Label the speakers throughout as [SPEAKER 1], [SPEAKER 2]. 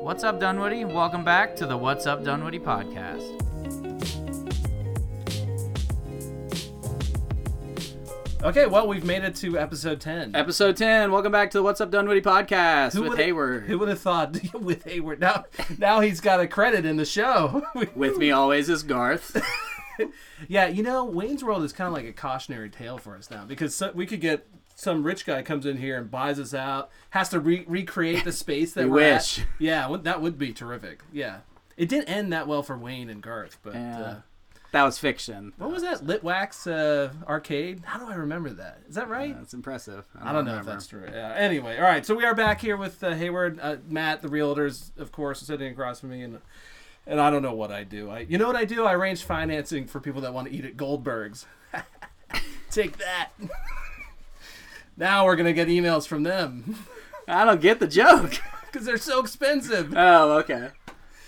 [SPEAKER 1] What's up, Dunwoody? Welcome back to the What's Up Dunwoody podcast.
[SPEAKER 2] Okay, well, we've made it to episode 10.
[SPEAKER 1] Episode 10. Welcome back to the What's Up Dunwoody podcast with
[SPEAKER 2] would've-
[SPEAKER 1] Hayward.
[SPEAKER 2] Who would have thought with Hayward? Now, now he's got a credit in the show.
[SPEAKER 1] with me always is Garth.
[SPEAKER 2] yeah, you know, Wayne's World is kind of like a cautionary tale for us now because so, we could get some rich guy comes in here and buys us out, has to re- recreate the space that
[SPEAKER 1] You
[SPEAKER 2] we're at.
[SPEAKER 1] wish.
[SPEAKER 2] Yeah, would- that would be terrific. Yeah, it didn't end that well for Wayne and Garth, but
[SPEAKER 1] Yeah.
[SPEAKER 2] uh,
[SPEAKER 1] that was fiction.
[SPEAKER 2] what was that Litwax uh, arcade? How do I remember that? Is that right?
[SPEAKER 1] That's impressive.
[SPEAKER 2] I don't know if
[SPEAKER 1] remember.
[SPEAKER 2] that's true. Yeah. Anyway, all right. So we are back here with uh, Hayward, uh, Matt, the realtors, of course, sitting across from me, and and I don't know what I do. I, you know what I do? I arrange financing for people that want to eat at Goldberg's. Take that. now we're gonna get emails from them
[SPEAKER 1] I don't get the joke.
[SPEAKER 2] because they're so expensive.
[SPEAKER 1] Oh, okay.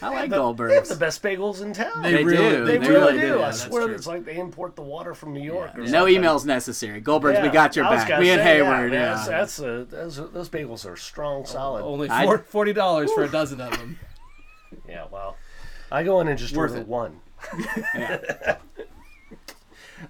[SPEAKER 1] I like
[SPEAKER 3] the- They have the
[SPEAKER 1] Goldbergs.
[SPEAKER 3] best bagels in town.
[SPEAKER 1] They
[SPEAKER 2] really-
[SPEAKER 1] do.
[SPEAKER 3] They
[SPEAKER 1] They
[SPEAKER 3] really
[SPEAKER 1] really
[SPEAKER 3] do.
[SPEAKER 1] do. Yeah,
[SPEAKER 3] I
[SPEAKER 2] that's
[SPEAKER 3] swear,
[SPEAKER 2] true.
[SPEAKER 3] it's like they import the water from New York. or
[SPEAKER 1] no
[SPEAKER 3] something.
[SPEAKER 1] emails necessary. Goldbergs, we
[SPEAKER 3] Yeah,
[SPEAKER 1] got your
[SPEAKER 3] I was
[SPEAKER 1] back.
[SPEAKER 3] gonna
[SPEAKER 1] Me and
[SPEAKER 3] say,
[SPEAKER 1] Hayward.
[SPEAKER 3] man,
[SPEAKER 1] Yeah. Oh,
[SPEAKER 3] That's, that's a, that's a- those bagels are strong, solid.
[SPEAKER 2] Only
[SPEAKER 1] I-
[SPEAKER 2] four, forty dollars for a dozen of them.
[SPEAKER 3] Yeah, well, I go in and just
[SPEAKER 2] Worth
[SPEAKER 3] order
[SPEAKER 2] it.
[SPEAKER 3] one.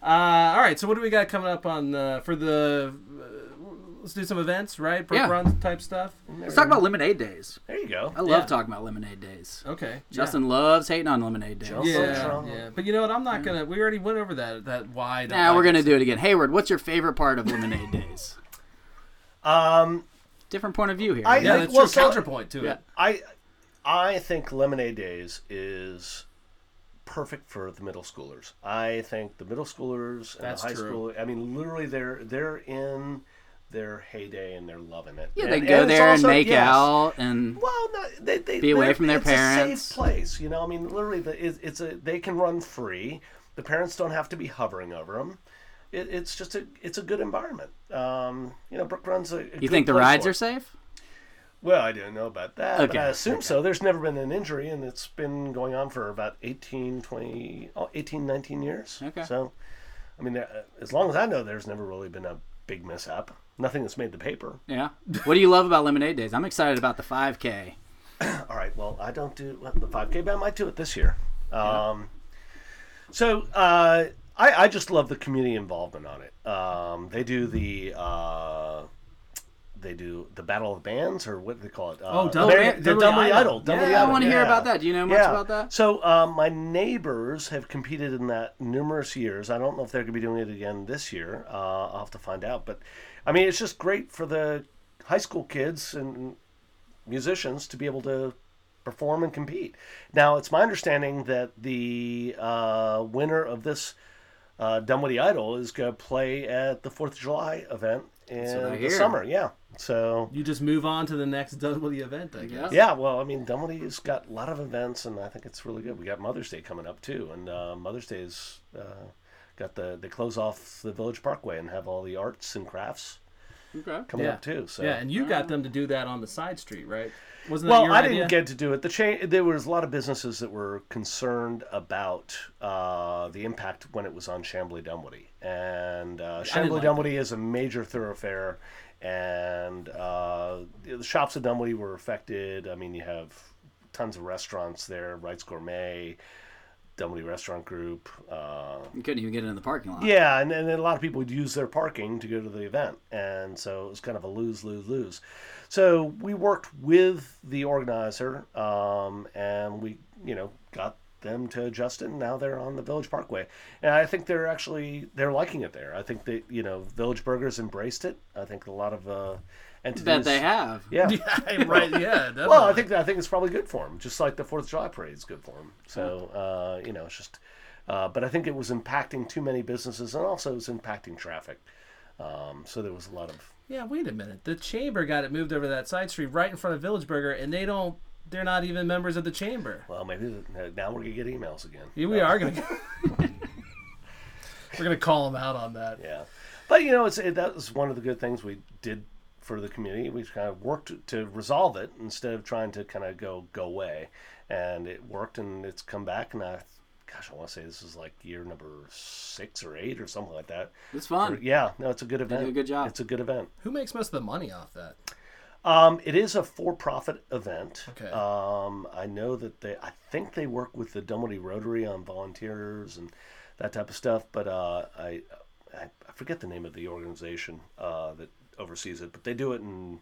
[SPEAKER 2] Uh, all right. So what do we got coming up on uh, for the? Uh, let's do some events, right? Brook
[SPEAKER 1] Yeah.
[SPEAKER 2] Run type stuff.
[SPEAKER 1] Let's talk about lemonade days.
[SPEAKER 3] There you go.
[SPEAKER 1] I love
[SPEAKER 2] Yeah.
[SPEAKER 1] talking about lemonade days.
[SPEAKER 2] Okay. yeah.
[SPEAKER 1] Justin loves hating on lemonade days.
[SPEAKER 3] Justin?
[SPEAKER 2] Yeah,
[SPEAKER 3] Trump.
[SPEAKER 2] yeah. But you know what? I'm not gonna. We already went over that. That why.
[SPEAKER 1] Now we're gonna do it again. Hayward, what's your favorite part of lemonade days?
[SPEAKER 3] Um,
[SPEAKER 1] Different point of view here.
[SPEAKER 3] I-
[SPEAKER 2] Yeah,
[SPEAKER 3] Like,
[SPEAKER 2] that's
[SPEAKER 3] well,
[SPEAKER 2] true. Counter
[SPEAKER 3] Cal-
[SPEAKER 2] point to
[SPEAKER 1] Yeah.
[SPEAKER 2] it.
[SPEAKER 3] I I think Lemonade Days is perfect for the middle schoolers. I think the middle schoolers and
[SPEAKER 2] That's
[SPEAKER 3] the high
[SPEAKER 2] true.
[SPEAKER 3] school. I mean, literally, they're they're in their heyday and they're loving it.
[SPEAKER 1] yeah,
[SPEAKER 3] and,
[SPEAKER 1] they go
[SPEAKER 3] and it's
[SPEAKER 1] there and
[SPEAKER 3] also-
[SPEAKER 1] make
[SPEAKER 3] yes.
[SPEAKER 1] out and
[SPEAKER 3] Well, no, they, they
[SPEAKER 1] Be away
[SPEAKER 3] they're-
[SPEAKER 1] from their
[SPEAKER 3] it's A
[SPEAKER 1] parents.
[SPEAKER 3] safe place, you know. I mean, literally, the, it, it's a they can run free. The parents don't have to be hovering over them. It, it's just a it's a good environment. Um, you know, Brook runs a. a
[SPEAKER 1] you
[SPEAKER 3] good
[SPEAKER 1] think the
[SPEAKER 3] place
[SPEAKER 1] rides
[SPEAKER 3] for
[SPEAKER 1] are
[SPEAKER 3] it.
[SPEAKER 1] safe?
[SPEAKER 3] Well, I didn't know about that,
[SPEAKER 1] Okay,
[SPEAKER 3] but I assume so. There's never been an injury, and it's been going on for about 18, 20, oh, 18 19 years.
[SPEAKER 1] Okay.
[SPEAKER 3] So, I mean, there- as long as I know, there's never really been a big mishap. Nothing that's made the paper.
[SPEAKER 1] Yeah. what do you love about lemonade days? I'm excited about the 5K.
[SPEAKER 3] All right. Well, I don't do well, the 5K, but I might do it this year. Um, So uh, I, I just love the community involvement on it. Um, they do the. Uh, they do the Battle of Bands, or what do they call it? Uh,
[SPEAKER 2] Oh, Dudley-
[SPEAKER 3] Mary- the
[SPEAKER 2] Dudley
[SPEAKER 3] Dudley
[SPEAKER 2] Idol.
[SPEAKER 3] Idol. Dudley
[SPEAKER 2] Yeah, I
[SPEAKER 1] I
[SPEAKER 3] Idol,
[SPEAKER 1] want to hear
[SPEAKER 3] yeah.
[SPEAKER 1] about that. Do you know much about that?
[SPEAKER 3] So uh, my neighbors have competed in that numerous years. I don't know if they're going to be doing it again this year. Uh, I'll have to find out. But I mean, it's just great for the high school kids and musicians to be able to perform and compete. Now, it's my understanding that the uh, winner of this uh, Dunwoody Idol is going to play at the Fourth of July event
[SPEAKER 1] what I
[SPEAKER 3] in
[SPEAKER 1] hear.
[SPEAKER 3] the summer. Yeah. So.
[SPEAKER 2] You just move on to the next Dudley event, I guess.
[SPEAKER 3] Yeah, well, I mean, Dunwoody's got a lot of events, and I think it's really good. We got Mother's Day coming up too, and uh, Mother's Day's uh, got the they close off the Village Parkway and have all the arts and crafts
[SPEAKER 1] Okay.
[SPEAKER 3] coming
[SPEAKER 2] Yeah.
[SPEAKER 3] up too. So.
[SPEAKER 2] Yeah, and you got them to do that on the side street, right? Wasn't that
[SPEAKER 3] well,
[SPEAKER 2] your
[SPEAKER 3] I
[SPEAKER 2] idea?
[SPEAKER 3] didn't get to do it. The chain there was a lot of businesses that were concerned about uh, the impact when it was on Chambly Dunwoody, and uh, Chambly
[SPEAKER 2] like
[SPEAKER 3] Dunwoody is a major thoroughfare, and uh, the shops at Dunwoody were affected. I mean, you have tons of restaurants there, Wright's Gourmet, Dunwoody Restaurant Group. Uh,
[SPEAKER 1] You couldn't even get into the parking lot.
[SPEAKER 3] yeah, and, and then a lot of people would use their parking to go to the event. And so it was kind of a lose, lose, lose. So we worked with the organizer um, and we, you know, got them to adjust it. And now they're on the Village Parkway. And I think they're actually, they're liking it there. I think that, you know, Village Burgers embraced it. I think a lot of uh, entities.
[SPEAKER 1] Bet they have.
[SPEAKER 3] Yeah.
[SPEAKER 2] Yeah, right. Yeah. Definitely.
[SPEAKER 3] Well, I think I think it's probably good for him, just like the Fourth of July parade is good for him. So uh, you know, it's just. Uh, but I think it was impacting too many businesses, and also it was impacting traffic. Um, so there was a lot of.
[SPEAKER 2] Yeah. Wait a minute. The chamber got it moved over to that side street right in front of Village Burger, and they don't. They're not even members of the chamber.
[SPEAKER 3] Well, maybe th- now we're gonna get emails again.
[SPEAKER 2] Here we are gonna. we're gonna call them out on that.
[SPEAKER 3] Yeah, but you know, it's it, that was one of the good things we did for the community. We kind of worked to resolve it instead of trying to kind of go go away, and it worked, and it's come back. And I, gosh, I want to say this is like year number six or eight or something like that.
[SPEAKER 1] It's fun.
[SPEAKER 3] Yeah, no, it's a good event.
[SPEAKER 1] do a good job.
[SPEAKER 3] It's a good event.
[SPEAKER 2] Who makes most of the money off that?
[SPEAKER 3] Um, it is a for-profit event.
[SPEAKER 2] Okay.
[SPEAKER 3] Um, I know that they. I think they work with the Dunwoody Rotary on volunteers and that type of stuff. But uh, I, I I forget the name of the organization uh, that oversees it. But they do it in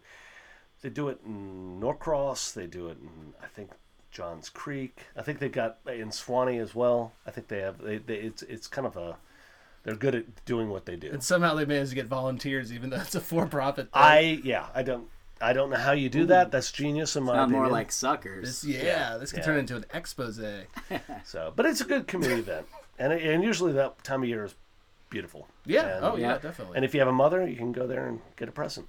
[SPEAKER 3] they do it in Norcross. They do it in I think Johns Creek. I think they've got in Swanee as well. I think they have. They, they it's it's kind of a they're good at doing what they do.
[SPEAKER 2] And somehow they managed to get volunteers, even though it's a for-profit. Thing.
[SPEAKER 3] I yeah, I don't I don't know how you do that. That's genius in my
[SPEAKER 4] Not
[SPEAKER 3] opinion.
[SPEAKER 4] more like
[SPEAKER 2] This,
[SPEAKER 4] suckers.
[SPEAKER 2] yeah, this could
[SPEAKER 3] yeah.
[SPEAKER 2] turn into an expose.
[SPEAKER 3] so, but it's a good community event, and it- and usually that time of year is beautiful.
[SPEAKER 2] Yeah.
[SPEAKER 3] And,
[SPEAKER 2] oh yeah,
[SPEAKER 4] yeah.
[SPEAKER 2] definitely.
[SPEAKER 3] And if you have a mother, you can go there and get a present.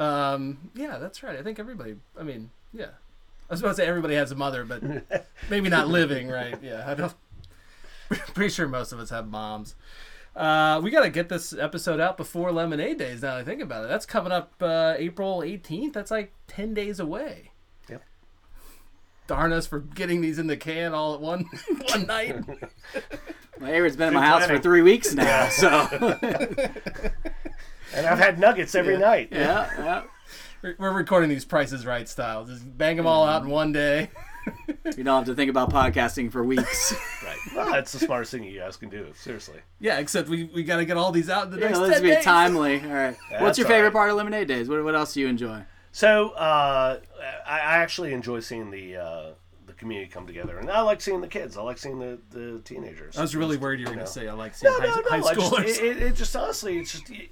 [SPEAKER 2] um, yeah, that's right. I think everybody. I mean, yeah. I was about to say everybody has a mother, but maybe not living, right? Yeah, I don't. Pretty sure most of us have moms. Uh, we got to get this episode out before Lemonade Days. Now that I think about it, that's coming up uh, April eighteenth. That's like ten days away.
[SPEAKER 3] Yep.
[SPEAKER 2] Darn us for getting these in the can all at one one night.
[SPEAKER 4] My Hayward's been in my house for
[SPEAKER 3] planning.
[SPEAKER 4] three weeks now, so
[SPEAKER 3] And I've had nuggets every night.
[SPEAKER 4] yeah, yeah.
[SPEAKER 2] We're- We're recording these prices right style. Just bang them all out
[SPEAKER 3] Mm-hmm.
[SPEAKER 2] in one day.
[SPEAKER 4] You don't have to think about podcasting for weeks.
[SPEAKER 3] Right. Well, that's the smartest thing you guys can do. Seriously.
[SPEAKER 2] Yeah, except we, we got to get all these out in the
[SPEAKER 4] yeah,
[SPEAKER 2] next
[SPEAKER 4] let's
[SPEAKER 2] 10
[SPEAKER 4] be
[SPEAKER 2] days.
[SPEAKER 4] timely. All right.
[SPEAKER 3] That's
[SPEAKER 4] What's your
[SPEAKER 3] all
[SPEAKER 4] favorite
[SPEAKER 3] right.
[SPEAKER 4] part of Lemonade Days? What, what else do you enjoy?
[SPEAKER 3] So uh, I, I actually enjoy seeing the uh, the community come together, and I like seeing the kids. I like seeing the, the teenagers.
[SPEAKER 2] I was really worried you were going to say I like seeing high, high
[SPEAKER 3] I just-
[SPEAKER 2] schoolers.
[SPEAKER 3] it, it, it just honestly, it's just y-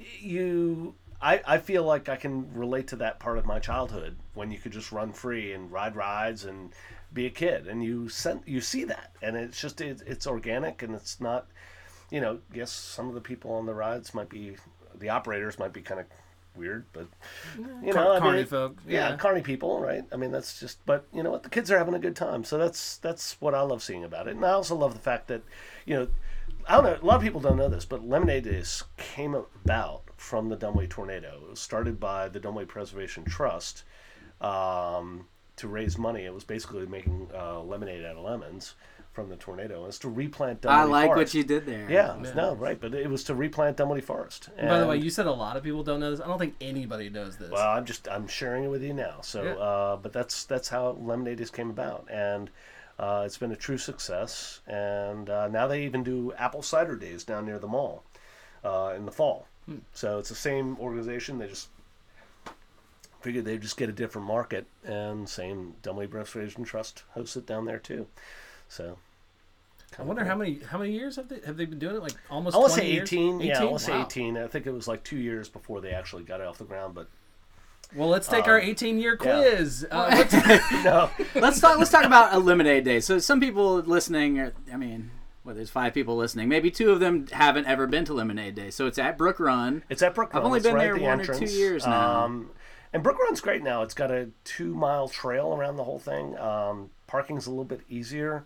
[SPEAKER 3] y- you. I, I feel like I can relate to that part of my childhood when you could just run free and ride rides and be a kid, and you sen- you see that, and it's just it, it's organic and it's not, you know. Yes, some of the people on the rides might be the operators might be kind of weird, but you
[SPEAKER 2] Car-
[SPEAKER 3] know, I mean,
[SPEAKER 2] carny
[SPEAKER 3] it-
[SPEAKER 2] folk,
[SPEAKER 3] yeah,
[SPEAKER 2] yeah.
[SPEAKER 3] carny people, right? I mean, that's just. But you know what? The kids are having a good time, so that's that's what I love seeing about it. And I also love the fact that, you know, I don't know. A lot of people don't know this, but Lemonade Days came about from the Dunway tornado. It was started by the Dunway Preservation Trust um, to raise money. It was basically making uh, lemonade out of lemons from the tornado. It's to replant. Dunway
[SPEAKER 4] I like
[SPEAKER 3] Forest.
[SPEAKER 4] what you did there.
[SPEAKER 3] Yeah, no, right, but it was to replant Dunwoody Forest. And,
[SPEAKER 2] By the way, you said a lot of people don't know this. I don't think anybody knows this.
[SPEAKER 3] Well, I'm just I'm sharing it with you now. So,
[SPEAKER 2] Yeah.
[SPEAKER 3] uh, but that's that's how Lemonade just came about, and uh, it's been a true success. And uh, now they even do apple cider days down near the mall uh, in the fall.
[SPEAKER 2] Hmm.
[SPEAKER 3] So it's the same organization. They just figured they'd just get a different market, and same Dunway Restoration Trust hosts it down there too. So
[SPEAKER 2] I wonder how many how many years have they have they been doing it? Like almost.
[SPEAKER 3] I want to
[SPEAKER 2] 20
[SPEAKER 3] say
[SPEAKER 2] years?
[SPEAKER 3] 18. Yeah, I want to
[SPEAKER 2] Wow.
[SPEAKER 3] say 18. I think it was like two years before they actually got it off the ground, but
[SPEAKER 2] Well, let's take our 18 year
[SPEAKER 3] Um, yeah.
[SPEAKER 2] quiz. Uh, what's-
[SPEAKER 3] no.
[SPEAKER 4] let's talk. Let's talk about a lemonade day. So some people listening, are, I mean, well, there's five people listening. Maybe two of them haven't ever been to lemonade day. So it's at Brook Run.
[SPEAKER 3] It's at Brook Run.
[SPEAKER 4] I've only
[SPEAKER 3] It's
[SPEAKER 4] been
[SPEAKER 3] right
[SPEAKER 4] there
[SPEAKER 3] at the
[SPEAKER 4] one or two
[SPEAKER 3] entrance.
[SPEAKER 4] years now.
[SPEAKER 3] Um, and Brook Run's great now. It's got a two mile trail around the whole thing. Um, parking's a little bit easier.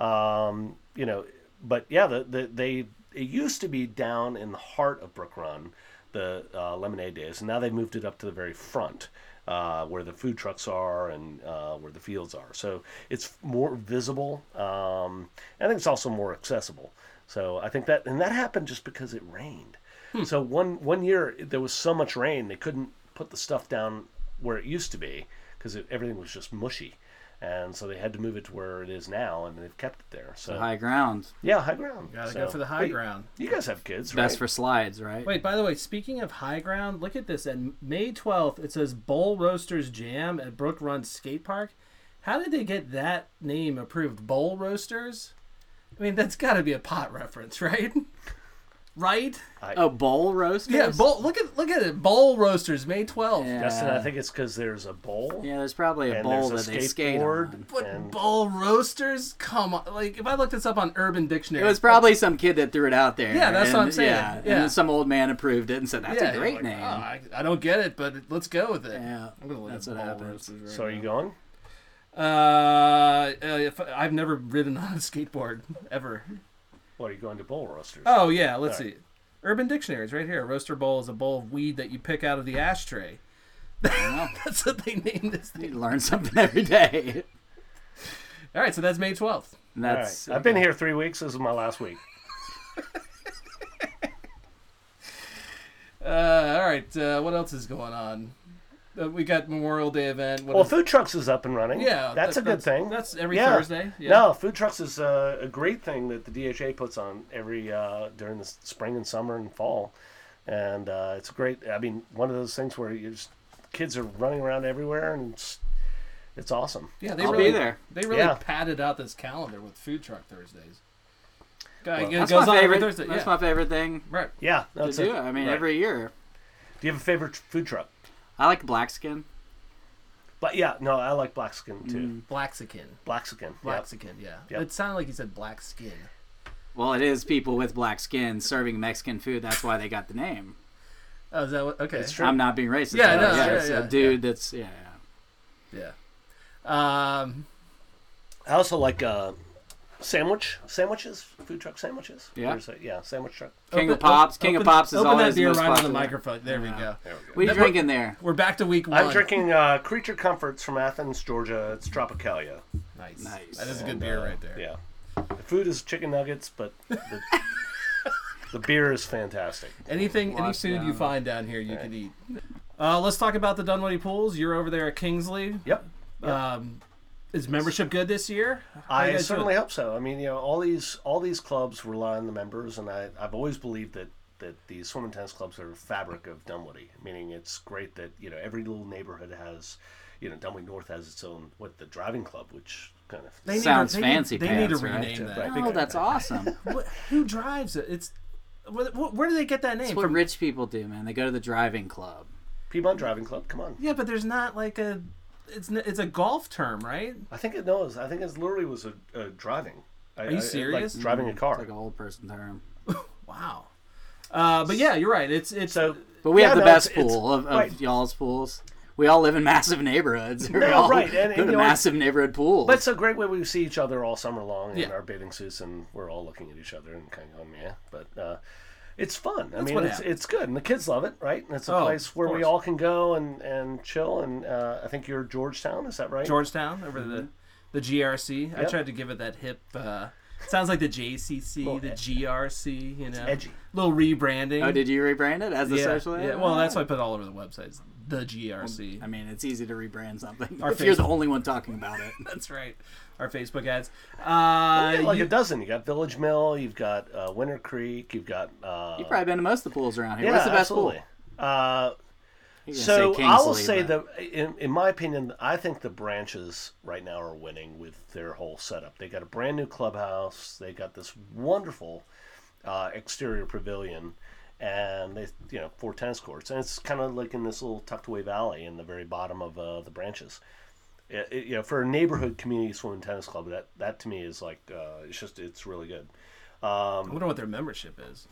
[SPEAKER 3] Um, you know, but yeah, the, the, they it used to be down in the heart of Brook Run, the uh, lemonade days, and now they've moved it up to the very front. Uh, where the food trucks are and uh, where the fields are, so it's more visible. Um, and I think it's also more accessible. So I think that and that happened just because it rained. So one one year there was so much rain they couldn't put the stuff down where it used to be because everything was just mushy, and so they had to move it to where it is now, and they've kept it there. So
[SPEAKER 4] The high ground.
[SPEAKER 3] yeah, high ground.
[SPEAKER 2] Gotta
[SPEAKER 3] So-
[SPEAKER 2] go for the high
[SPEAKER 3] but
[SPEAKER 2] ground.
[SPEAKER 3] You guys have kids,
[SPEAKER 4] Best
[SPEAKER 3] right?
[SPEAKER 4] for slides, right?
[SPEAKER 2] Wait, by the way, speaking of high ground, look at this. And May 12th, it says Bowl Roasters Jam at Brook Run Skate Park. How did they get that name approved? Bowl Roasters? I mean, that's got to be a pot reference, right? right?
[SPEAKER 4] Oh, bowl roast.
[SPEAKER 2] Yeah, bowl, look at look at it. Bowl Roasters, May 12th.
[SPEAKER 4] Yeah.
[SPEAKER 3] Justin, I think it's because there's a bowl.
[SPEAKER 4] Yeah, there's probably a
[SPEAKER 3] And
[SPEAKER 4] bowl that
[SPEAKER 3] there's a
[SPEAKER 4] they skate
[SPEAKER 3] skateboard.
[SPEAKER 4] on.
[SPEAKER 2] But
[SPEAKER 3] And-
[SPEAKER 2] Bowl Roasters? Come on. Like, if I looked this up on Urban
[SPEAKER 4] It
[SPEAKER 2] Dictionary,
[SPEAKER 4] was probably some kid that threw it out there.
[SPEAKER 2] Yeah, that's what
[SPEAKER 4] and-
[SPEAKER 2] I'm saying.
[SPEAKER 4] Yeah, and
[SPEAKER 2] Yeah.
[SPEAKER 4] then some old man approved it and said, "That's
[SPEAKER 2] yeah,
[SPEAKER 4] a great
[SPEAKER 2] like,
[SPEAKER 4] name."
[SPEAKER 2] oh, I, I don't get it, but let's go with it.
[SPEAKER 4] Yeah,
[SPEAKER 2] I'm gonna look
[SPEAKER 4] that's
[SPEAKER 2] up
[SPEAKER 4] what
[SPEAKER 2] Bowl
[SPEAKER 4] happens.
[SPEAKER 2] Roasters right
[SPEAKER 3] So are
[SPEAKER 2] now.
[SPEAKER 3] you going?
[SPEAKER 2] Uh, uh, if, I've never ridden on a skateboard ever.
[SPEAKER 3] What are you going to bowl roasters?
[SPEAKER 2] Oh yeah, let's
[SPEAKER 3] All right.
[SPEAKER 2] see. Urban Dictionary's right here. A roaster bowl is a bowl of weed that you pick out of the ashtray.
[SPEAKER 4] Well,
[SPEAKER 2] That's what they named this thing.
[SPEAKER 4] you learn something every day.
[SPEAKER 2] All right, so that's May twelfth.
[SPEAKER 4] And
[SPEAKER 3] All
[SPEAKER 4] that's.
[SPEAKER 3] right. I've been here three weeks. This is my last week.
[SPEAKER 2] Uh, all right, uh, what else is going on? uh, we got Memorial Day event. What
[SPEAKER 3] Well,
[SPEAKER 2] is-
[SPEAKER 3] food trucks is up and running.
[SPEAKER 2] Yeah,
[SPEAKER 3] that's
[SPEAKER 2] that-
[SPEAKER 3] a good
[SPEAKER 2] that's-
[SPEAKER 3] thing.
[SPEAKER 2] that's every
[SPEAKER 3] Yeah.
[SPEAKER 2] Thursday, yeah.
[SPEAKER 3] No, food trucks is uh, a, a great thing that the DHA puts on every uh, during the s- spring and summer and fall, and uh, it's great. I mean, one of those things where you just, kids are running around everywhere and it's, it's awesome.
[SPEAKER 2] yeah, they
[SPEAKER 4] I'll
[SPEAKER 2] really,
[SPEAKER 4] be there.
[SPEAKER 2] They really
[SPEAKER 3] Yeah.
[SPEAKER 2] padded out this calendar with food truck Thursdays. Guy- it
[SPEAKER 4] That's
[SPEAKER 2] goes
[SPEAKER 4] my
[SPEAKER 2] on every
[SPEAKER 4] favorite.
[SPEAKER 2] Thursday,
[SPEAKER 4] That's
[SPEAKER 2] yeah.
[SPEAKER 4] my favorite thing
[SPEAKER 2] Right.
[SPEAKER 3] Yeah,
[SPEAKER 4] to
[SPEAKER 3] that's
[SPEAKER 4] do.
[SPEAKER 3] it.
[SPEAKER 4] I mean,
[SPEAKER 3] Right.
[SPEAKER 4] every year
[SPEAKER 3] Do you have a favorite tr- food truck?
[SPEAKER 4] I like black skin.
[SPEAKER 3] But yeah, no, I like Blackskin too.
[SPEAKER 2] Blackskin.
[SPEAKER 3] Blackskin. Blackskin.
[SPEAKER 2] Blackskin, yeah.
[SPEAKER 3] Yep.
[SPEAKER 2] It sounded like you said black skin.
[SPEAKER 4] Well, it is people with black skin serving Mexican food. That's why they got the name.
[SPEAKER 2] Oh, is that what? Okay.
[SPEAKER 3] It's true.
[SPEAKER 4] I'm not being racist.
[SPEAKER 2] Yeah,
[SPEAKER 4] at
[SPEAKER 2] no,
[SPEAKER 4] all.
[SPEAKER 2] yeah,
[SPEAKER 4] it's
[SPEAKER 2] yeah,
[SPEAKER 4] a dude that's yeah. yeah.
[SPEAKER 2] Yeah. Um,
[SPEAKER 3] I also like uh, sandwich sandwiches, food truck sandwiches.
[SPEAKER 4] Yeah.
[SPEAKER 3] There's a- yeah, sandwich truck.
[SPEAKER 4] King of
[SPEAKER 2] open-
[SPEAKER 4] Pops. King of
[SPEAKER 2] open-
[SPEAKER 4] Pops is
[SPEAKER 2] open
[SPEAKER 4] always
[SPEAKER 2] that beer
[SPEAKER 4] most
[SPEAKER 2] right on
[SPEAKER 4] popular.
[SPEAKER 2] the microphone. There we go.
[SPEAKER 4] What are
[SPEAKER 2] That-
[SPEAKER 4] you drinking there?
[SPEAKER 2] We're back to week one.
[SPEAKER 3] I'm drinking uh, Creature Comforts from Athens, Georgia. It's Tropicalia.
[SPEAKER 2] Nice.
[SPEAKER 4] Nice.
[SPEAKER 2] That is a good
[SPEAKER 3] And,
[SPEAKER 2] beer
[SPEAKER 3] uh,
[SPEAKER 2] right there.
[SPEAKER 3] Yeah. The food is chicken nuggets, but the, the beer is fantastic.
[SPEAKER 2] Anything, any
[SPEAKER 4] Wash
[SPEAKER 2] food you
[SPEAKER 4] down.
[SPEAKER 2] find down here, you could eat. Uh, let's talk about the Dunwoody pools. You're over there at Kingsley.
[SPEAKER 3] Yep.
[SPEAKER 2] Um, is membership good this year? How you
[SPEAKER 3] I
[SPEAKER 2] guys
[SPEAKER 3] certainly
[SPEAKER 2] doing?
[SPEAKER 3] hope so. I mean, you know, all these all these clubs rely on the members, and I, I've always believed that that the swim and tennis clubs are fabric of Dunwoody. Meaning, it's great that you know every little neighborhood has, you know, Dunwoody North has its own what the driving club, which kind of
[SPEAKER 2] They need
[SPEAKER 4] Sounds
[SPEAKER 2] to, they need-
[SPEAKER 4] fancy
[SPEAKER 2] They
[SPEAKER 4] pants,
[SPEAKER 2] need to
[SPEAKER 4] right?
[SPEAKER 2] rename that.
[SPEAKER 3] Right.
[SPEAKER 4] Oh, that's awesome.
[SPEAKER 2] What, who drives it? It's where, where do they get that name
[SPEAKER 4] That's what
[SPEAKER 2] from?
[SPEAKER 4] rich people do, man. They go to the driving club.
[SPEAKER 3] Piedmont Driving Club. Come on,
[SPEAKER 2] Yeah, but there's not like a. It's n- it's a golf term, right?
[SPEAKER 3] I think it knows. I think it literally was a, a driving. I,
[SPEAKER 2] Are you
[SPEAKER 3] I-
[SPEAKER 2] serious?
[SPEAKER 3] like driving a
[SPEAKER 4] Mm, It's
[SPEAKER 3] car.
[SPEAKER 4] like an old person term.
[SPEAKER 2] Wow. Uh, but yeah, you're right. It's it's
[SPEAKER 3] so,
[SPEAKER 4] But we
[SPEAKER 3] Yeah,
[SPEAKER 4] have the
[SPEAKER 3] no,
[SPEAKER 4] best
[SPEAKER 3] it's- it's-
[SPEAKER 4] pool of, of
[SPEAKER 3] right.
[SPEAKER 4] y'all's pools. We all live in massive neighborhoods. we
[SPEAKER 3] No,
[SPEAKER 4] all
[SPEAKER 3] right, and- and
[SPEAKER 4] go
[SPEAKER 3] you
[SPEAKER 4] to
[SPEAKER 3] know what?
[SPEAKER 4] massive neighborhood pools.
[SPEAKER 3] But it's a great way we see each other all summer long in
[SPEAKER 2] Yeah.
[SPEAKER 3] our bathing suits, and we're all looking at each other and kind of going, "Yeah." But uh, it's fun. I mean,
[SPEAKER 2] what
[SPEAKER 3] it's,
[SPEAKER 2] happened.
[SPEAKER 3] it's good, and the kids love it, right? And it's a
[SPEAKER 2] Oh,
[SPEAKER 3] place
[SPEAKER 2] of
[SPEAKER 3] where we
[SPEAKER 2] course.
[SPEAKER 3] all can go and, and chill. And uh, I think you're Georgetown, is that right?
[SPEAKER 2] Georgetown over the the GRC. I
[SPEAKER 3] Mm-hmm. Yep.
[SPEAKER 2] tried to give it that hip. Uh, sounds like the JCC, the GRC. You know,
[SPEAKER 3] e- edgy.
[SPEAKER 2] little rebranding.
[SPEAKER 4] oh, did you rebrand it as the
[SPEAKER 2] yeah,
[SPEAKER 4] social?
[SPEAKER 2] yeah. Well, that's why I put all over the websites. The GRC.
[SPEAKER 4] I mean, it's easy to rebrand something
[SPEAKER 2] Our
[SPEAKER 4] if you're
[SPEAKER 2] face-
[SPEAKER 4] the only one talking about it.
[SPEAKER 2] that's right. Our Facebook ads. Uh,
[SPEAKER 3] You got like
[SPEAKER 2] you-
[SPEAKER 3] a dozen. You got Village Mill. You've got uh, Winter Creek. You've got. Uh,
[SPEAKER 4] You've probably been to most of the pools around here.
[SPEAKER 3] yeah,
[SPEAKER 4] What's the best
[SPEAKER 3] absolutely.
[SPEAKER 4] pool?
[SPEAKER 3] Uh,
[SPEAKER 4] You're gonna
[SPEAKER 3] so I will
[SPEAKER 4] Kingsley,
[SPEAKER 3] say
[SPEAKER 4] but-
[SPEAKER 3] that, in, in my opinion, I think the branches right now are winning with their whole setup. They got a brand new clubhouse. They got this wonderful uh, exterior pavilion, and they you know four tennis courts, and it's kind of like in this little tucked away valley in the very bottom of uh, the branches. It, it- you know, for a neighborhood community swim and tennis club, that that to me is like uh, it's just it's really good.
[SPEAKER 2] I wonder what their membership is.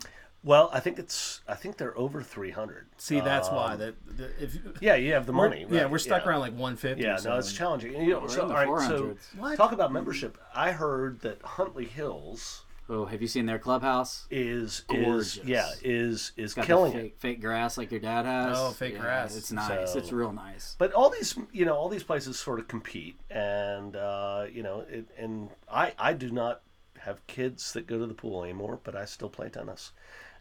[SPEAKER 3] Well, I think it's I think they're over three hundred. Uh,
[SPEAKER 2] See, that's why that, that if
[SPEAKER 3] Um, Yeah, you have the
[SPEAKER 2] we're-
[SPEAKER 3] money.
[SPEAKER 2] yeah,
[SPEAKER 3] right,
[SPEAKER 2] we're stuck
[SPEAKER 3] yeah.
[SPEAKER 2] around like 150. or
[SPEAKER 3] Yeah, no, it's
[SPEAKER 2] something.
[SPEAKER 3] challenging. And, you know, so,
[SPEAKER 4] in the
[SPEAKER 3] all right, so
[SPEAKER 4] 400s.
[SPEAKER 2] What?
[SPEAKER 3] talk about membership. I heard that Huntley Hills
[SPEAKER 4] Oh, have you seen their clubhouse?
[SPEAKER 3] is
[SPEAKER 4] Gorgeous.
[SPEAKER 3] is yeah is is
[SPEAKER 4] Got the
[SPEAKER 3] killing
[SPEAKER 4] fake,
[SPEAKER 3] it.
[SPEAKER 4] fake grass like your dad has.
[SPEAKER 2] Oh, fake
[SPEAKER 4] Yeah,
[SPEAKER 2] grass.
[SPEAKER 4] It's nice.
[SPEAKER 3] So-
[SPEAKER 4] It's real nice.
[SPEAKER 3] But all these you know all these places sort of compete, and uh, you know it, and I I do not have kids that go to the pool anymore, but I still play tennis,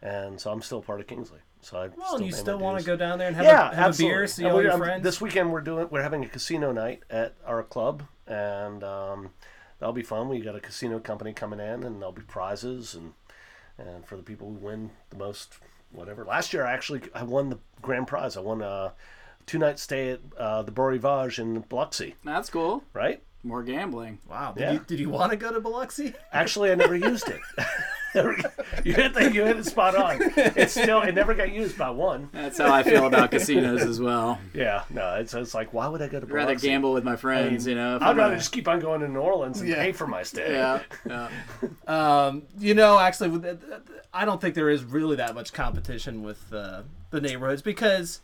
[SPEAKER 3] and so I'm still part of Kingsley. So I
[SPEAKER 2] Well, and you
[SPEAKER 3] pay my
[SPEAKER 2] still want to
[SPEAKER 3] dues.
[SPEAKER 2] go down there and have,
[SPEAKER 3] yeah,
[SPEAKER 2] a, have a
[SPEAKER 3] absolutely.
[SPEAKER 2] beer, see
[SPEAKER 3] And
[SPEAKER 2] all
[SPEAKER 3] we're-
[SPEAKER 2] your
[SPEAKER 3] I'm-
[SPEAKER 2] friends.
[SPEAKER 3] This weekend we're doing we're having a casino night at our club, and um, that'll be fun. We got a casino company coming in, and there'll be prizes and and for the people who win the most whatever. Last year I actually I won the grand prize. I won a two night stay at uh, the Beau Rivage in Biloxi.
[SPEAKER 4] That's cool.
[SPEAKER 3] Right?
[SPEAKER 4] More gambling.
[SPEAKER 2] wow, did
[SPEAKER 3] yeah.
[SPEAKER 2] you did you want to go to Biloxi?
[SPEAKER 3] Actually, I never used it. you hit the, you hit it spot on. It's still it never got used by one.
[SPEAKER 4] That's how I feel about casinos as well.
[SPEAKER 3] Yeah, no, it's, it's like why would I go to
[SPEAKER 4] I'd rather
[SPEAKER 3] Biloxi?
[SPEAKER 4] gamble with my friends, you know. if
[SPEAKER 3] I'd
[SPEAKER 4] I'm
[SPEAKER 3] rather
[SPEAKER 4] gonna-
[SPEAKER 3] just keep on going to New Orleans and pay for my stay.
[SPEAKER 4] Yeah, yeah.
[SPEAKER 2] Um, you know, actually, with- th- th- I don't think there is really that much competition with uh, the neighborhoods because,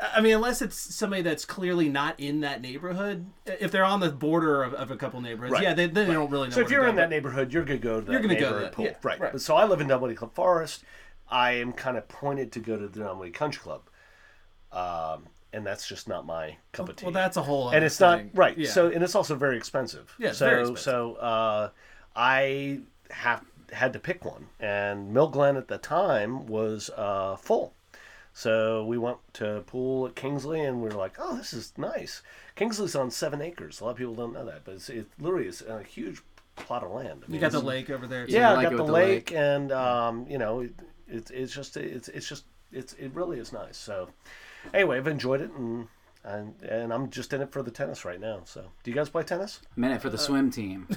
[SPEAKER 2] I mean, unless it's somebody that's clearly not in that neighborhood, if they're on the border of, of a couple neighborhoods,
[SPEAKER 3] Right.
[SPEAKER 2] yeah, they, then they don't really know.
[SPEAKER 3] So if
[SPEAKER 2] where to
[SPEAKER 3] you're
[SPEAKER 2] go,
[SPEAKER 3] in that
[SPEAKER 2] but-
[SPEAKER 3] neighborhood, you're gonna go to that
[SPEAKER 2] You're gonna go to
[SPEAKER 3] neighborhood
[SPEAKER 2] that,
[SPEAKER 3] pool,
[SPEAKER 2] yeah,
[SPEAKER 3] right?
[SPEAKER 2] right.
[SPEAKER 3] So I live in Dunwoody Club Forest. I am kind of pointed to go to the Dunwoody Country Club, um, and that's just not my cup of tea.
[SPEAKER 2] well, that's a whole.
[SPEAKER 3] and
[SPEAKER 2] other
[SPEAKER 3] it's not
[SPEAKER 2] thing.
[SPEAKER 3] right.
[SPEAKER 2] Yeah.
[SPEAKER 3] So and it's also very expensive.
[SPEAKER 2] Yeah, it's
[SPEAKER 3] so
[SPEAKER 2] very expensive.
[SPEAKER 3] so uh, I have had to pick one, and Mill Glen at the time was uh, full. So we went to pool at Kingsley, and we were like, "Oh, this is nice." Kingsley's on seven acres. A lot of people don't know that, but it's, it literally is a huge plot of land. I
[SPEAKER 2] You
[SPEAKER 3] mean,
[SPEAKER 2] got the
[SPEAKER 3] it's-
[SPEAKER 2] lake over there. Too.
[SPEAKER 3] Yeah,
[SPEAKER 4] I like
[SPEAKER 3] got
[SPEAKER 4] it
[SPEAKER 3] the
[SPEAKER 4] with the
[SPEAKER 3] lake, and um, you know, it, it's it's just it's it's just it's it really is nice. So anyway, I've enjoyed it, and and, and I'm just in it for the tennis right now. So do you guys play tennis?
[SPEAKER 4] I'm in it for the swim team.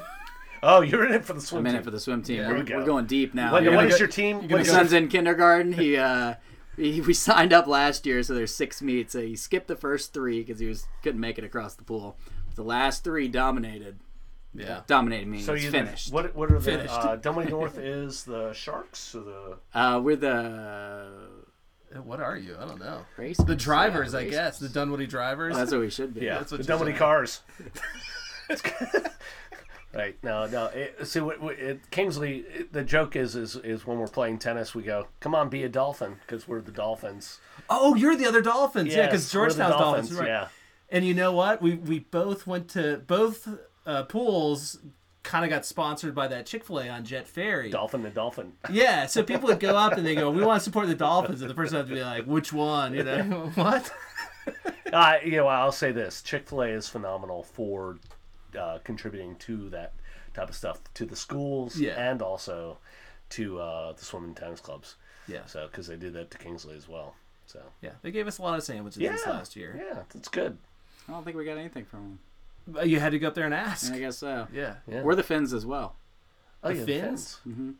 [SPEAKER 3] Oh, you're in it for the swim.
[SPEAKER 4] I'm in
[SPEAKER 3] team.
[SPEAKER 4] it for the swim team.
[SPEAKER 3] we
[SPEAKER 4] we're,
[SPEAKER 3] go.
[SPEAKER 4] we're going deep now.
[SPEAKER 3] What,
[SPEAKER 4] We're
[SPEAKER 3] what
[SPEAKER 4] gonna
[SPEAKER 3] is
[SPEAKER 4] go-
[SPEAKER 3] your team?
[SPEAKER 2] gonna
[SPEAKER 3] What
[SPEAKER 4] My
[SPEAKER 3] is
[SPEAKER 2] go-
[SPEAKER 3] your-
[SPEAKER 4] son's in kindergarten. He, uh, he we signed up last year, so there's six meets. So he skipped the first three because he was couldn't make it across the pool. The last three dominated.
[SPEAKER 2] Yeah.
[SPEAKER 4] Dominated means
[SPEAKER 3] so you
[SPEAKER 4] finished.
[SPEAKER 3] What what are the
[SPEAKER 2] Finished.
[SPEAKER 3] uh, Dummy North is the Sharks or the
[SPEAKER 4] Uh, we're the
[SPEAKER 2] What are you? I don't know.
[SPEAKER 4] race.
[SPEAKER 2] The drivers, I guess. The Dunwoody
[SPEAKER 3] Oh,
[SPEAKER 2] drivers.
[SPEAKER 4] That's what we should be.
[SPEAKER 3] yeah
[SPEAKER 2] That's
[SPEAKER 3] the
[SPEAKER 2] what you
[SPEAKER 3] Dummy
[SPEAKER 2] said.
[SPEAKER 3] Cars. Right no no it, see what, what- it, Kingsley it, the joke is is is when we're playing tennis we go come on be a dolphin because we're the dolphins
[SPEAKER 2] oh, you're the other Dolphins. yeah, because
[SPEAKER 3] Yes, we're the
[SPEAKER 2] Georgetown's Dolphins. right.
[SPEAKER 3] yeah
[SPEAKER 2] And you know what? We we both went to both uh, pools. Kind of got sponsored by that Chick Fil A on Jet Ferry.
[SPEAKER 3] dolphin to dolphin
[SPEAKER 2] Yeah, so people would go up and they go, "We want to support the Dolphins," and the person would have to be like, "Which one?" You know what?
[SPEAKER 3] uh, you know I'll say this Chick Fil A is phenomenal for uh, contributing to that type of stuff to the schools
[SPEAKER 2] Yeah.
[SPEAKER 3] and also to uh, the swimming tennis clubs
[SPEAKER 2] Yeah.
[SPEAKER 3] so because they did that to Kingsley as well so
[SPEAKER 2] Yeah, they gave us a lot of sandwiches
[SPEAKER 3] yeah
[SPEAKER 2] this last year.
[SPEAKER 3] yeah that's good
[SPEAKER 4] I don't think we got anything from him.
[SPEAKER 2] But You had to go up there and ask.
[SPEAKER 4] I guess so.
[SPEAKER 2] Yeah,
[SPEAKER 3] yeah
[SPEAKER 4] We're the Finns as well.
[SPEAKER 3] oh,
[SPEAKER 2] the
[SPEAKER 3] yeah,
[SPEAKER 2] fins? Mm-hmm.
[SPEAKER 3] fins.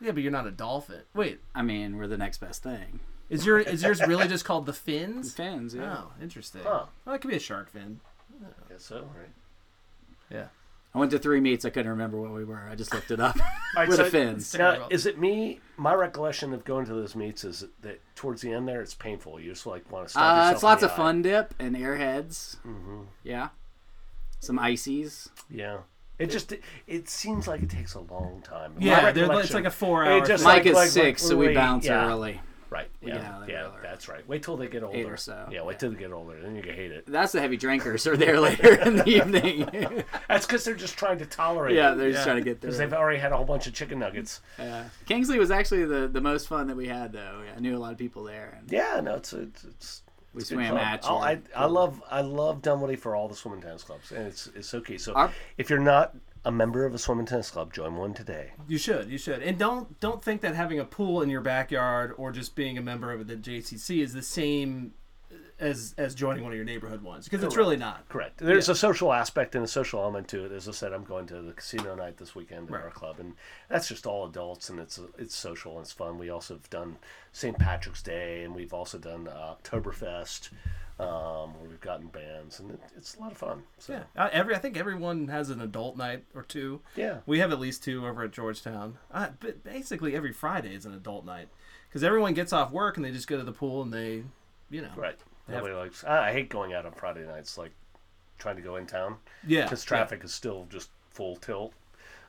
[SPEAKER 2] yeah, but you're not a dolphin. Wait,
[SPEAKER 4] I mean, we're the next best thing.
[SPEAKER 2] is your is yours really just called the fins?
[SPEAKER 4] Fins, yeah.
[SPEAKER 2] Oh, interesting.
[SPEAKER 3] Huh.
[SPEAKER 2] Well, it could be a shark fin.
[SPEAKER 3] I guess so right.
[SPEAKER 2] Yeah.
[SPEAKER 4] I went to three meets. I couldn't remember what we were. I just looked it up. Uh,
[SPEAKER 3] All right,
[SPEAKER 4] we're
[SPEAKER 3] so-
[SPEAKER 4] the Finns.
[SPEAKER 3] Now, is it me? My recollection of going to those meets is that towards the end there, it's painful. You just like want to stop.
[SPEAKER 4] Uh,
[SPEAKER 3] yourself
[SPEAKER 4] it's lots
[SPEAKER 3] in
[SPEAKER 4] of
[SPEAKER 3] the eye.
[SPEAKER 4] fun dip and airheads. Mm-hmm. Yeah. Some ices.
[SPEAKER 3] Yeah, it just it, seems like it takes a long time. My
[SPEAKER 2] Yeah, they're like-
[SPEAKER 3] recollection-
[SPEAKER 2] it's like a four-hour
[SPEAKER 3] it just
[SPEAKER 2] thing.
[SPEAKER 4] Mike is
[SPEAKER 3] like-
[SPEAKER 4] six,
[SPEAKER 3] like
[SPEAKER 4] so we
[SPEAKER 3] really-
[SPEAKER 4] bounce
[SPEAKER 3] yeah,
[SPEAKER 4] early.
[SPEAKER 3] Right.
[SPEAKER 4] get
[SPEAKER 3] Yeah,
[SPEAKER 4] out of there
[SPEAKER 3] yeah,
[SPEAKER 4] early.
[SPEAKER 3] that's right. Wait till they get older.
[SPEAKER 4] or so.
[SPEAKER 3] Yeah, wait till they get older, then you can hate it.
[SPEAKER 4] That's the heavy drinkers are there later in the evening.
[SPEAKER 3] That's because they're just trying to tolerate.
[SPEAKER 4] yeah,
[SPEAKER 3] it,
[SPEAKER 4] they're just trying to get
[SPEAKER 3] 'cause
[SPEAKER 4] through.
[SPEAKER 3] they've already had a whole bunch of chicken nuggets.
[SPEAKER 4] Yeah. Kingsley was actually the, the most fun that we had, though. I knew a lot of people there. And
[SPEAKER 3] Yeah, no, it's it's. it's
[SPEAKER 4] we
[SPEAKER 3] it's good
[SPEAKER 4] swam
[SPEAKER 3] fun.
[SPEAKER 4] at
[SPEAKER 3] Oh, I,
[SPEAKER 4] you.
[SPEAKER 3] I love I love Dunwoody for all the swim and tennis clubs, and it's it's so key. So
[SPEAKER 4] Our-
[SPEAKER 3] if you're not a member of a swim and tennis club, join one today.
[SPEAKER 2] You should, you should, and don't don't think that having a pool in your backyard or just being a member of the JCC is the same as as joining one of your neighborhood ones because it's really not.
[SPEAKER 3] Correct. There's a social aspect and a social element to it. As I said, I'm going to the casino night this weekend at our club, and that's just all adults, and it's it's social and it's fun. We also have done St. Patrick's Day, and we've also done uh, Oktoberfest, um, where we've gotten bands, and it, it's a lot of fun. So
[SPEAKER 2] Yeah, uh, every I think everyone has an adult night or two.
[SPEAKER 3] Yeah.
[SPEAKER 2] we have at least two over at Georgetown. Uh, but basically, every Friday is an adult night because everyone gets off work and they just go to the pool and they, you know,
[SPEAKER 3] right.
[SPEAKER 2] have-
[SPEAKER 3] Nobody likes. I I hate going out on Friday nights, like trying to go in town.
[SPEAKER 2] yeah,
[SPEAKER 3] because traffic is still just full tilt.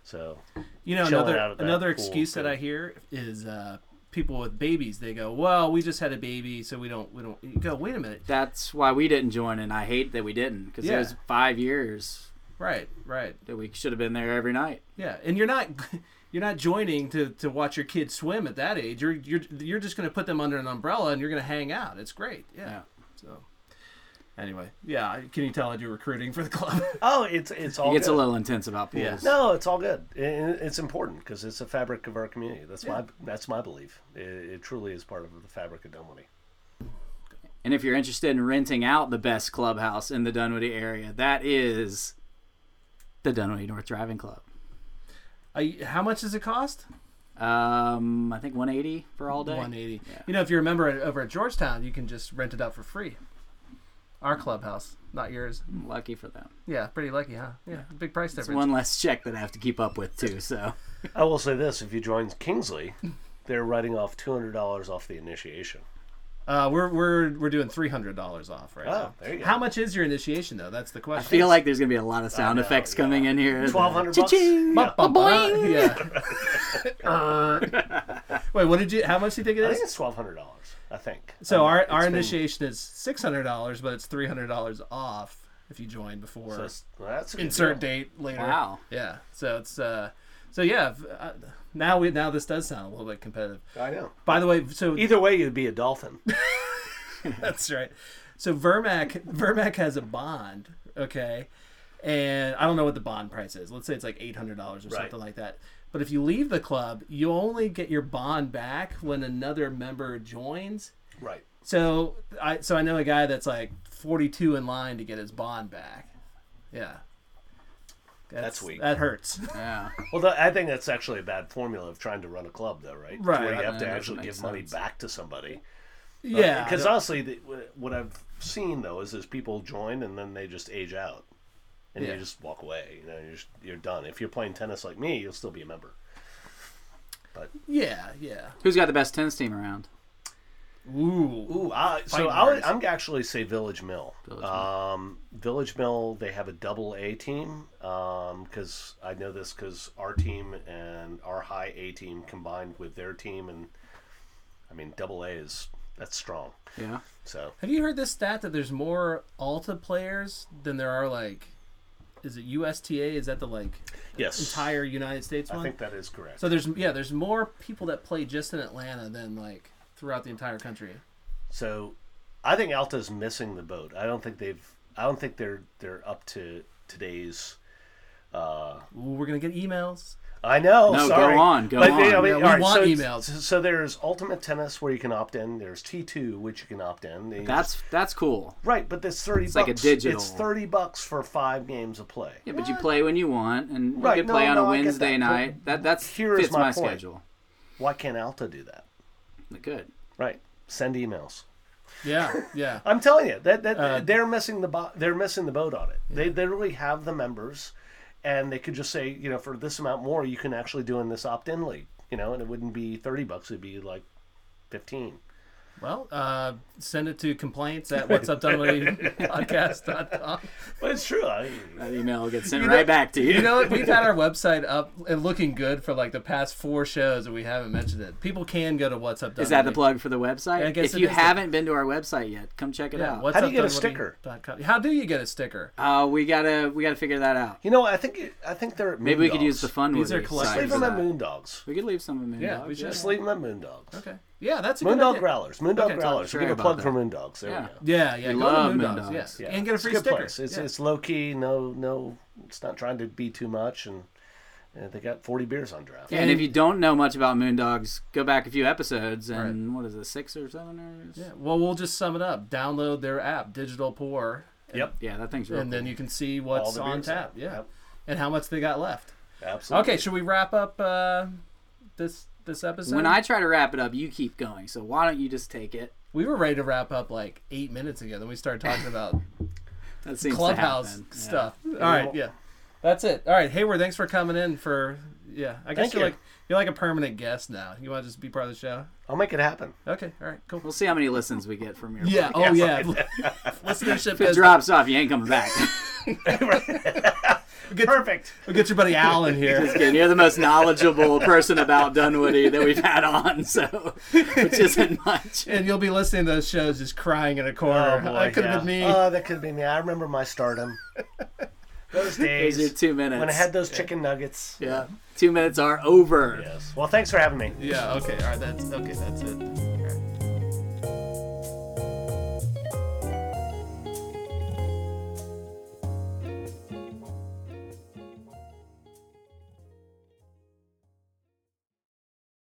[SPEAKER 3] So
[SPEAKER 2] You know,
[SPEAKER 3] chilling
[SPEAKER 2] another
[SPEAKER 3] out at that
[SPEAKER 2] another
[SPEAKER 3] pool
[SPEAKER 2] excuse that
[SPEAKER 3] too.
[SPEAKER 2] I hear is uh, people with babies. They go, "Well, we just had a baby, so we don't we don't." You go, wait a minute.
[SPEAKER 4] That's why we didn't join, and I hate that we didn't because
[SPEAKER 2] Yeah.
[SPEAKER 4] it was five years
[SPEAKER 2] Right, right.
[SPEAKER 4] that we should have been there every night.
[SPEAKER 2] Yeah, and you're not you're not joining to to watch your kids swim at that age. You're you're you're just going to put them under an umbrella and you're going to hang out. It's great. Yeah.
[SPEAKER 4] Yeah.
[SPEAKER 2] So anyway, yeah, I- can you tell I do recruiting for the club?
[SPEAKER 3] oh, it's it's all
[SPEAKER 4] It gets
[SPEAKER 3] good.
[SPEAKER 4] a little intense about pools.
[SPEAKER 2] Yeah.
[SPEAKER 3] No, it's all good. I- I- it's important because it's a fabric of our community. That's my that's my belief. It, it truly is part of the fabric of Dunwoody.
[SPEAKER 4] And if you're interested in renting out the best clubhouse in the Dunwoody area, that is the Dunwoody North Driving Club.
[SPEAKER 2] I, how much does it cost?
[SPEAKER 4] Um, I think 180 for all day.
[SPEAKER 2] One eighty. You know, if you remember it over at Georgetown, you can just rent it out for free. Our clubhouse, not yours.
[SPEAKER 4] Lucky for them.
[SPEAKER 2] Yeah, pretty lucky, huh? Yeah, big price
[SPEAKER 4] It's
[SPEAKER 2] difference.
[SPEAKER 4] one less check that I have to keep up with too. So
[SPEAKER 3] I will say this: if you join Kingsley, they're writing off two hundred dollars off the initiation.
[SPEAKER 2] Uh, we're we're we're doing three hundred dollars off right
[SPEAKER 3] Oh,
[SPEAKER 2] now.
[SPEAKER 3] there you go.
[SPEAKER 2] How much is your initiation though? That's the
[SPEAKER 4] I
[SPEAKER 2] question.
[SPEAKER 4] feel like there's gonna be a lot of sound
[SPEAKER 3] know,
[SPEAKER 4] effects
[SPEAKER 3] yeah.
[SPEAKER 4] coming in here.
[SPEAKER 3] Twelve hundred bucks.
[SPEAKER 4] Cha-ching.
[SPEAKER 3] Yeah.
[SPEAKER 2] Bum, bum. Yeah. Uh, Wait, what did you? How much do you think it
[SPEAKER 3] I
[SPEAKER 2] is?
[SPEAKER 3] think it's twelve hundred dollars. I think.
[SPEAKER 2] so
[SPEAKER 3] Um,
[SPEAKER 2] our
[SPEAKER 3] it's
[SPEAKER 2] our
[SPEAKER 3] been-
[SPEAKER 2] initiation is six hundred dollars, but it's three hundred dollars off if you join
[SPEAKER 3] so
[SPEAKER 2] before
[SPEAKER 3] it's- well, that's a good
[SPEAKER 2] insert
[SPEAKER 3] deal.
[SPEAKER 2] date later.
[SPEAKER 4] Wow.
[SPEAKER 2] Yeah. So it's uh, So yeah, if, uh, now we now this does sound a little bit competitive.
[SPEAKER 3] I know.
[SPEAKER 2] By the way, so
[SPEAKER 3] Either way, you'd be a dolphin.
[SPEAKER 2] That's right. So Vermac Vermac has a bond, okay, and I don't know what the bond price is. Let's say it's like eight hundred dollars or
[SPEAKER 3] Right.
[SPEAKER 2] something like that. But if you leave the club, you only get your bond back when another member joins.
[SPEAKER 3] right.
[SPEAKER 2] So I so I know a guy that's like forty two in line to get his bond back. Yeah.
[SPEAKER 3] That's weak.
[SPEAKER 2] That hurts.
[SPEAKER 4] Yeah.
[SPEAKER 3] Well, th- I think that's actually a bad formula of trying to run a club, though, right?
[SPEAKER 2] Right.
[SPEAKER 3] Where you
[SPEAKER 2] Yeah,
[SPEAKER 3] have to
[SPEAKER 4] that
[SPEAKER 3] actually
[SPEAKER 4] doesn't
[SPEAKER 3] give
[SPEAKER 4] make
[SPEAKER 3] money
[SPEAKER 4] sense.
[SPEAKER 3] back to somebody.
[SPEAKER 2] yeah.
[SPEAKER 3] Because honestly, the, what I've seen though is, is people join and then they just age out, and
[SPEAKER 2] Yeah.
[SPEAKER 3] you just walk away. You know, you're just, you're done. If you're playing tennis like me, you'll still be a member.
[SPEAKER 2] yeah, yeah.
[SPEAKER 4] Who's got the best tennis team around?
[SPEAKER 2] Ooh.
[SPEAKER 3] Ooh, I, so
[SPEAKER 2] Fighting
[SPEAKER 3] I would,
[SPEAKER 2] words.
[SPEAKER 3] I'm actually say Village Mill.
[SPEAKER 4] Village Mill.
[SPEAKER 3] um, Village Mill, they have a double A team because I know this because our team and our high A team combined with their team, and I mean double A is that's strong.
[SPEAKER 4] Yeah.
[SPEAKER 3] So
[SPEAKER 2] Have you heard this stat that there's more Alta players than there are like, is it USTA? Is that the like
[SPEAKER 3] yes,
[SPEAKER 2] entire United States
[SPEAKER 3] I
[SPEAKER 2] one?
[SPEAKER 3] think that is correct.
[SPEAKER 2] so there's yeah, there's more people that play just in Atlanta than like throughout the entire country.
[SPEAKER 3] So I think Alta's missing the boat. I don't think they've I don't think they're they're up to today's uh
[SPEAKER 2] Ooh, we're gonna get emails.
[SPEAKER 3] I know.
[SPEAKER 4] No, go
[SPEAKER 3] sorry.
[SPEAKER 4] on, go
[SPEAKER 3] they-
[SPEAKER 4] on.
[SPEAKER 2] Yeah, we
[SPEAKER 3] all right,
[SPEAKER 2] want
[SPEAKER 3] so,
[SPEAKER 2] emails.
[SPEAKER 3] So there's Ultimate Tennis where you can opt in. There's T2 which you can opt in. They-
[SPEAKER 4] That's that's cool.
[SPEAKER 3] right, but that's thirty.
[SPEAKER 4] like
[SPEAKER 3] bucks.
[SPEAKER 4] a digital-
[SPEAKER 3] It's thirty bucks for five games of play.
[SPEAKER 4] Yeah, but you play when you want, and
[SPEAKER 3] Right,
[SPEAKER 4] you can
[SPEAKER 3] no,
[SPEAKER 4] play on
[SPEAKER 3] no,
[SPEAKER 4] a
[SPEAKER 3] I get that,
[SPEAKER 4] Wednesday
[SPEAKER 3] but
[SPEAKER 4] night. That that's
[SPEAKER 3] here is
[SPEAKER 4] fits
[SPEAKER 3] my
[SPEAKER 4] my
[SPEAKER 3] point.
[SPEAKER 4] schedule.
[SPEAKER 3] Why can't Alta do that?
[SPEAKER 4] Good.
[SPEAKER 3] Right. Send emails.
[SPEAKER 2] Yeah, yeah.
[SPEAKER 3] I'm telling you that, that
[SPEAKER 2] Uh,
[SPEAKER 3] they're missing the bo- they're missing the boat on it. They they really have the members, and they could just say you know for this amount more you can actually do in this opt in league you know and it wouldn't be thirty bucks it'd be like fifteen.
[SPEAKER 2] Well, uh, send it to complaints at what's up podcast.com.
[SPEAKER 3] But it's true. I,
[SPEAKER 4] That email gets sent
[SPEAKER 2] You know-
[SPEAKER 4] right back to you.
[SPEAKER 2] You know, what? we've had our website up and looking good for like the past four shows, and we haven't mentioned it. People can go to what's up.
[SPEAKER 4] is that the plug for the website?
[SPEAKER 2] I guess
[SPEAKER 4] if
[SPEAKER 2] it
[SPEAKER 4] you
[SPEAKER 2] is the-
[SPEAKER 4] haven't been to our website yet, come check it
[SPEAKER 2] Yeah,
[SPEAKER 4] out.
[SPEAKER 2] what's
[SPEAKER 3] How do you
[SPEAKER 2] up
[SPEAKER 3] get a
[SPEAKER 2] dunwoody
[SPEAKER 3] sticker?
[SPEAKER 2] dot com. How do you get a sticker?
[SPEAKER 4] Uh, we gotta we gotta figure that out.
[SPEAKER 3] you know I think it, I think they're at
[SPEAKER 4] Maybe we could use
[SPEAKER 3] Moondogs.
[SPEAKER 4] the fun
[SPEAKER 2] These are
[SPEAKER 4] side
[SPEAKER 2] collectibles.
[SPEAKER 3] Just leave
[SPEAKER 4] for
[SPEAKER 3] them at
[SPEAKER 4] that.
[SPEAKER 3] Moondogs.
[SPEAKER 4] We could leave some of them in.
[SPEAKER 2] Yeah,
[SPEAKER 4] dog,
[SPEAKER 2] we should.
[SPEAKER 3] Just leave them at Moondogs.
[SPEAKER 2] Okay. Yeah, that's a
[SPEAKER 3] Moondog
[SPEAKER 2] good idea.
[SPEAKER 3] growlers. Moondog
[SPEAKER 2] Okay,
[SPEAKER 3] growlers.
[SPEAKER 4] sure
[SPEAKER 3] we get a
[SPEAKER 4] about
[SPEAKER 3] plug
[SPEAKER 4] that.
[SPEAKER 3] for Moondogs. There
[SPEAKER 4] Yeah.
[SPEAKER 3] we go.
[SPEAKER 2] Yeah, yeah.
[SPEAKER 4] We
[SPEAKER 2] go
[SPEAKER 4] love
[SPEAKER 2] to
[SPEAKER 4] Moondogs,
[SPEAKER 2] Moondogs. Yes.
[SPEAKER 3] Yeah.
[SPEAKER 2] And get a
[SPEAKER 3] It's
[SPEAKER 2] free
[SPEAKER 3] good
[SPEAKER 2] sticker.
[SPEAKER 3] place. It's
[SPEAKER 2] yeah.
[SPEAKER 3] it's low key. No no. It's not trying to be too much, and uh, they got forty beers on draft.
[SPEAKER 4] And if you don't know much about Moondogs, go back a few episodes and what is it, six or seven or
[SPEAKER 2] Yeah, Well, we'll just sum it up. Download their app, Digital Pour,
[SPEAKER 3] Yep.
[SPEAKER 4] yeah, that thing's real.
[SPEAKER 2] and then
[SPEAKER 4] cool.
[SPEAKER 2] you can see
[SPEAKER 3] All
[SPEAKER 2] what's
[SPEAKER 3] the
[SPEAKER 2] on
[SPEAKER 3] beers out.
[SPEAKER 2] tap. Yeah.
[SPEAKER 3] Yep.
[SPEAKER 2] And how much they got left.
[SPEAKER 3] Absolutely.
[SPEAKER 2] Okay, should we wrap up uh, this this episode?
[SPEAKER 4] when I try to wrap it up, you keep going. So why don't you just take it?
[SPEAKER 2] we were ready to wrap up like eight minutes ago, then we started talking about
[SPEAKER 4] That seems to
[SPEAKER 2] clubhouse
[SPEAKER 4] happen. Yeah.
[SPEAKER 2] stuff. All right, yeah. That's it. All right, Hayward, thanks for coming in for yeah. I guess
[SPEAKER 3] Thank
[SPEAKER 2] you're
[SPEAKER 3] you.
[SPEAKER 2] like you're like a permanent guest now. You want to just be part of the show?
[SPEAKER 3] I'll make it happen.
[SPEAKER 2] Okay, all right, cool.
[SPEAKER 4] We'll see how many listens we get from your.
[SPEAKER 2] Yeah.
[SPEAKER 4] podcast.
[SPEAKER 2] Oh yeah. Listenership
[SPEAKER 4] If it
[SPEAKER 2] goes.
[SPEAKER 4] drops off, you ain't coming back.
[SPEAKER 3] Perfect.
[SPEAKER 2] We'll get your buddy Al in here.
[SPEAKER 4] Just kidding. You're the most knowledgeable person about Dunwoody that we've had on, so which isn't much.
[SPEAKER 2] and you'll be listening to those shows just crying in a corner. that could have been me.
[SPEAKER 3] Oh, that could have been me. I remember my stardom. those days
[SPEAKER 4] Those are two minutes.
[SPEAKER 3] when I had those chicken nuggets.
[SPEAKER 4] yeah, two minutes are over.
[SPEAKER 3] Yes. Well, thanks for having me.
[SPEAKER 2] yeah, okay. All right, that's okay, that's it.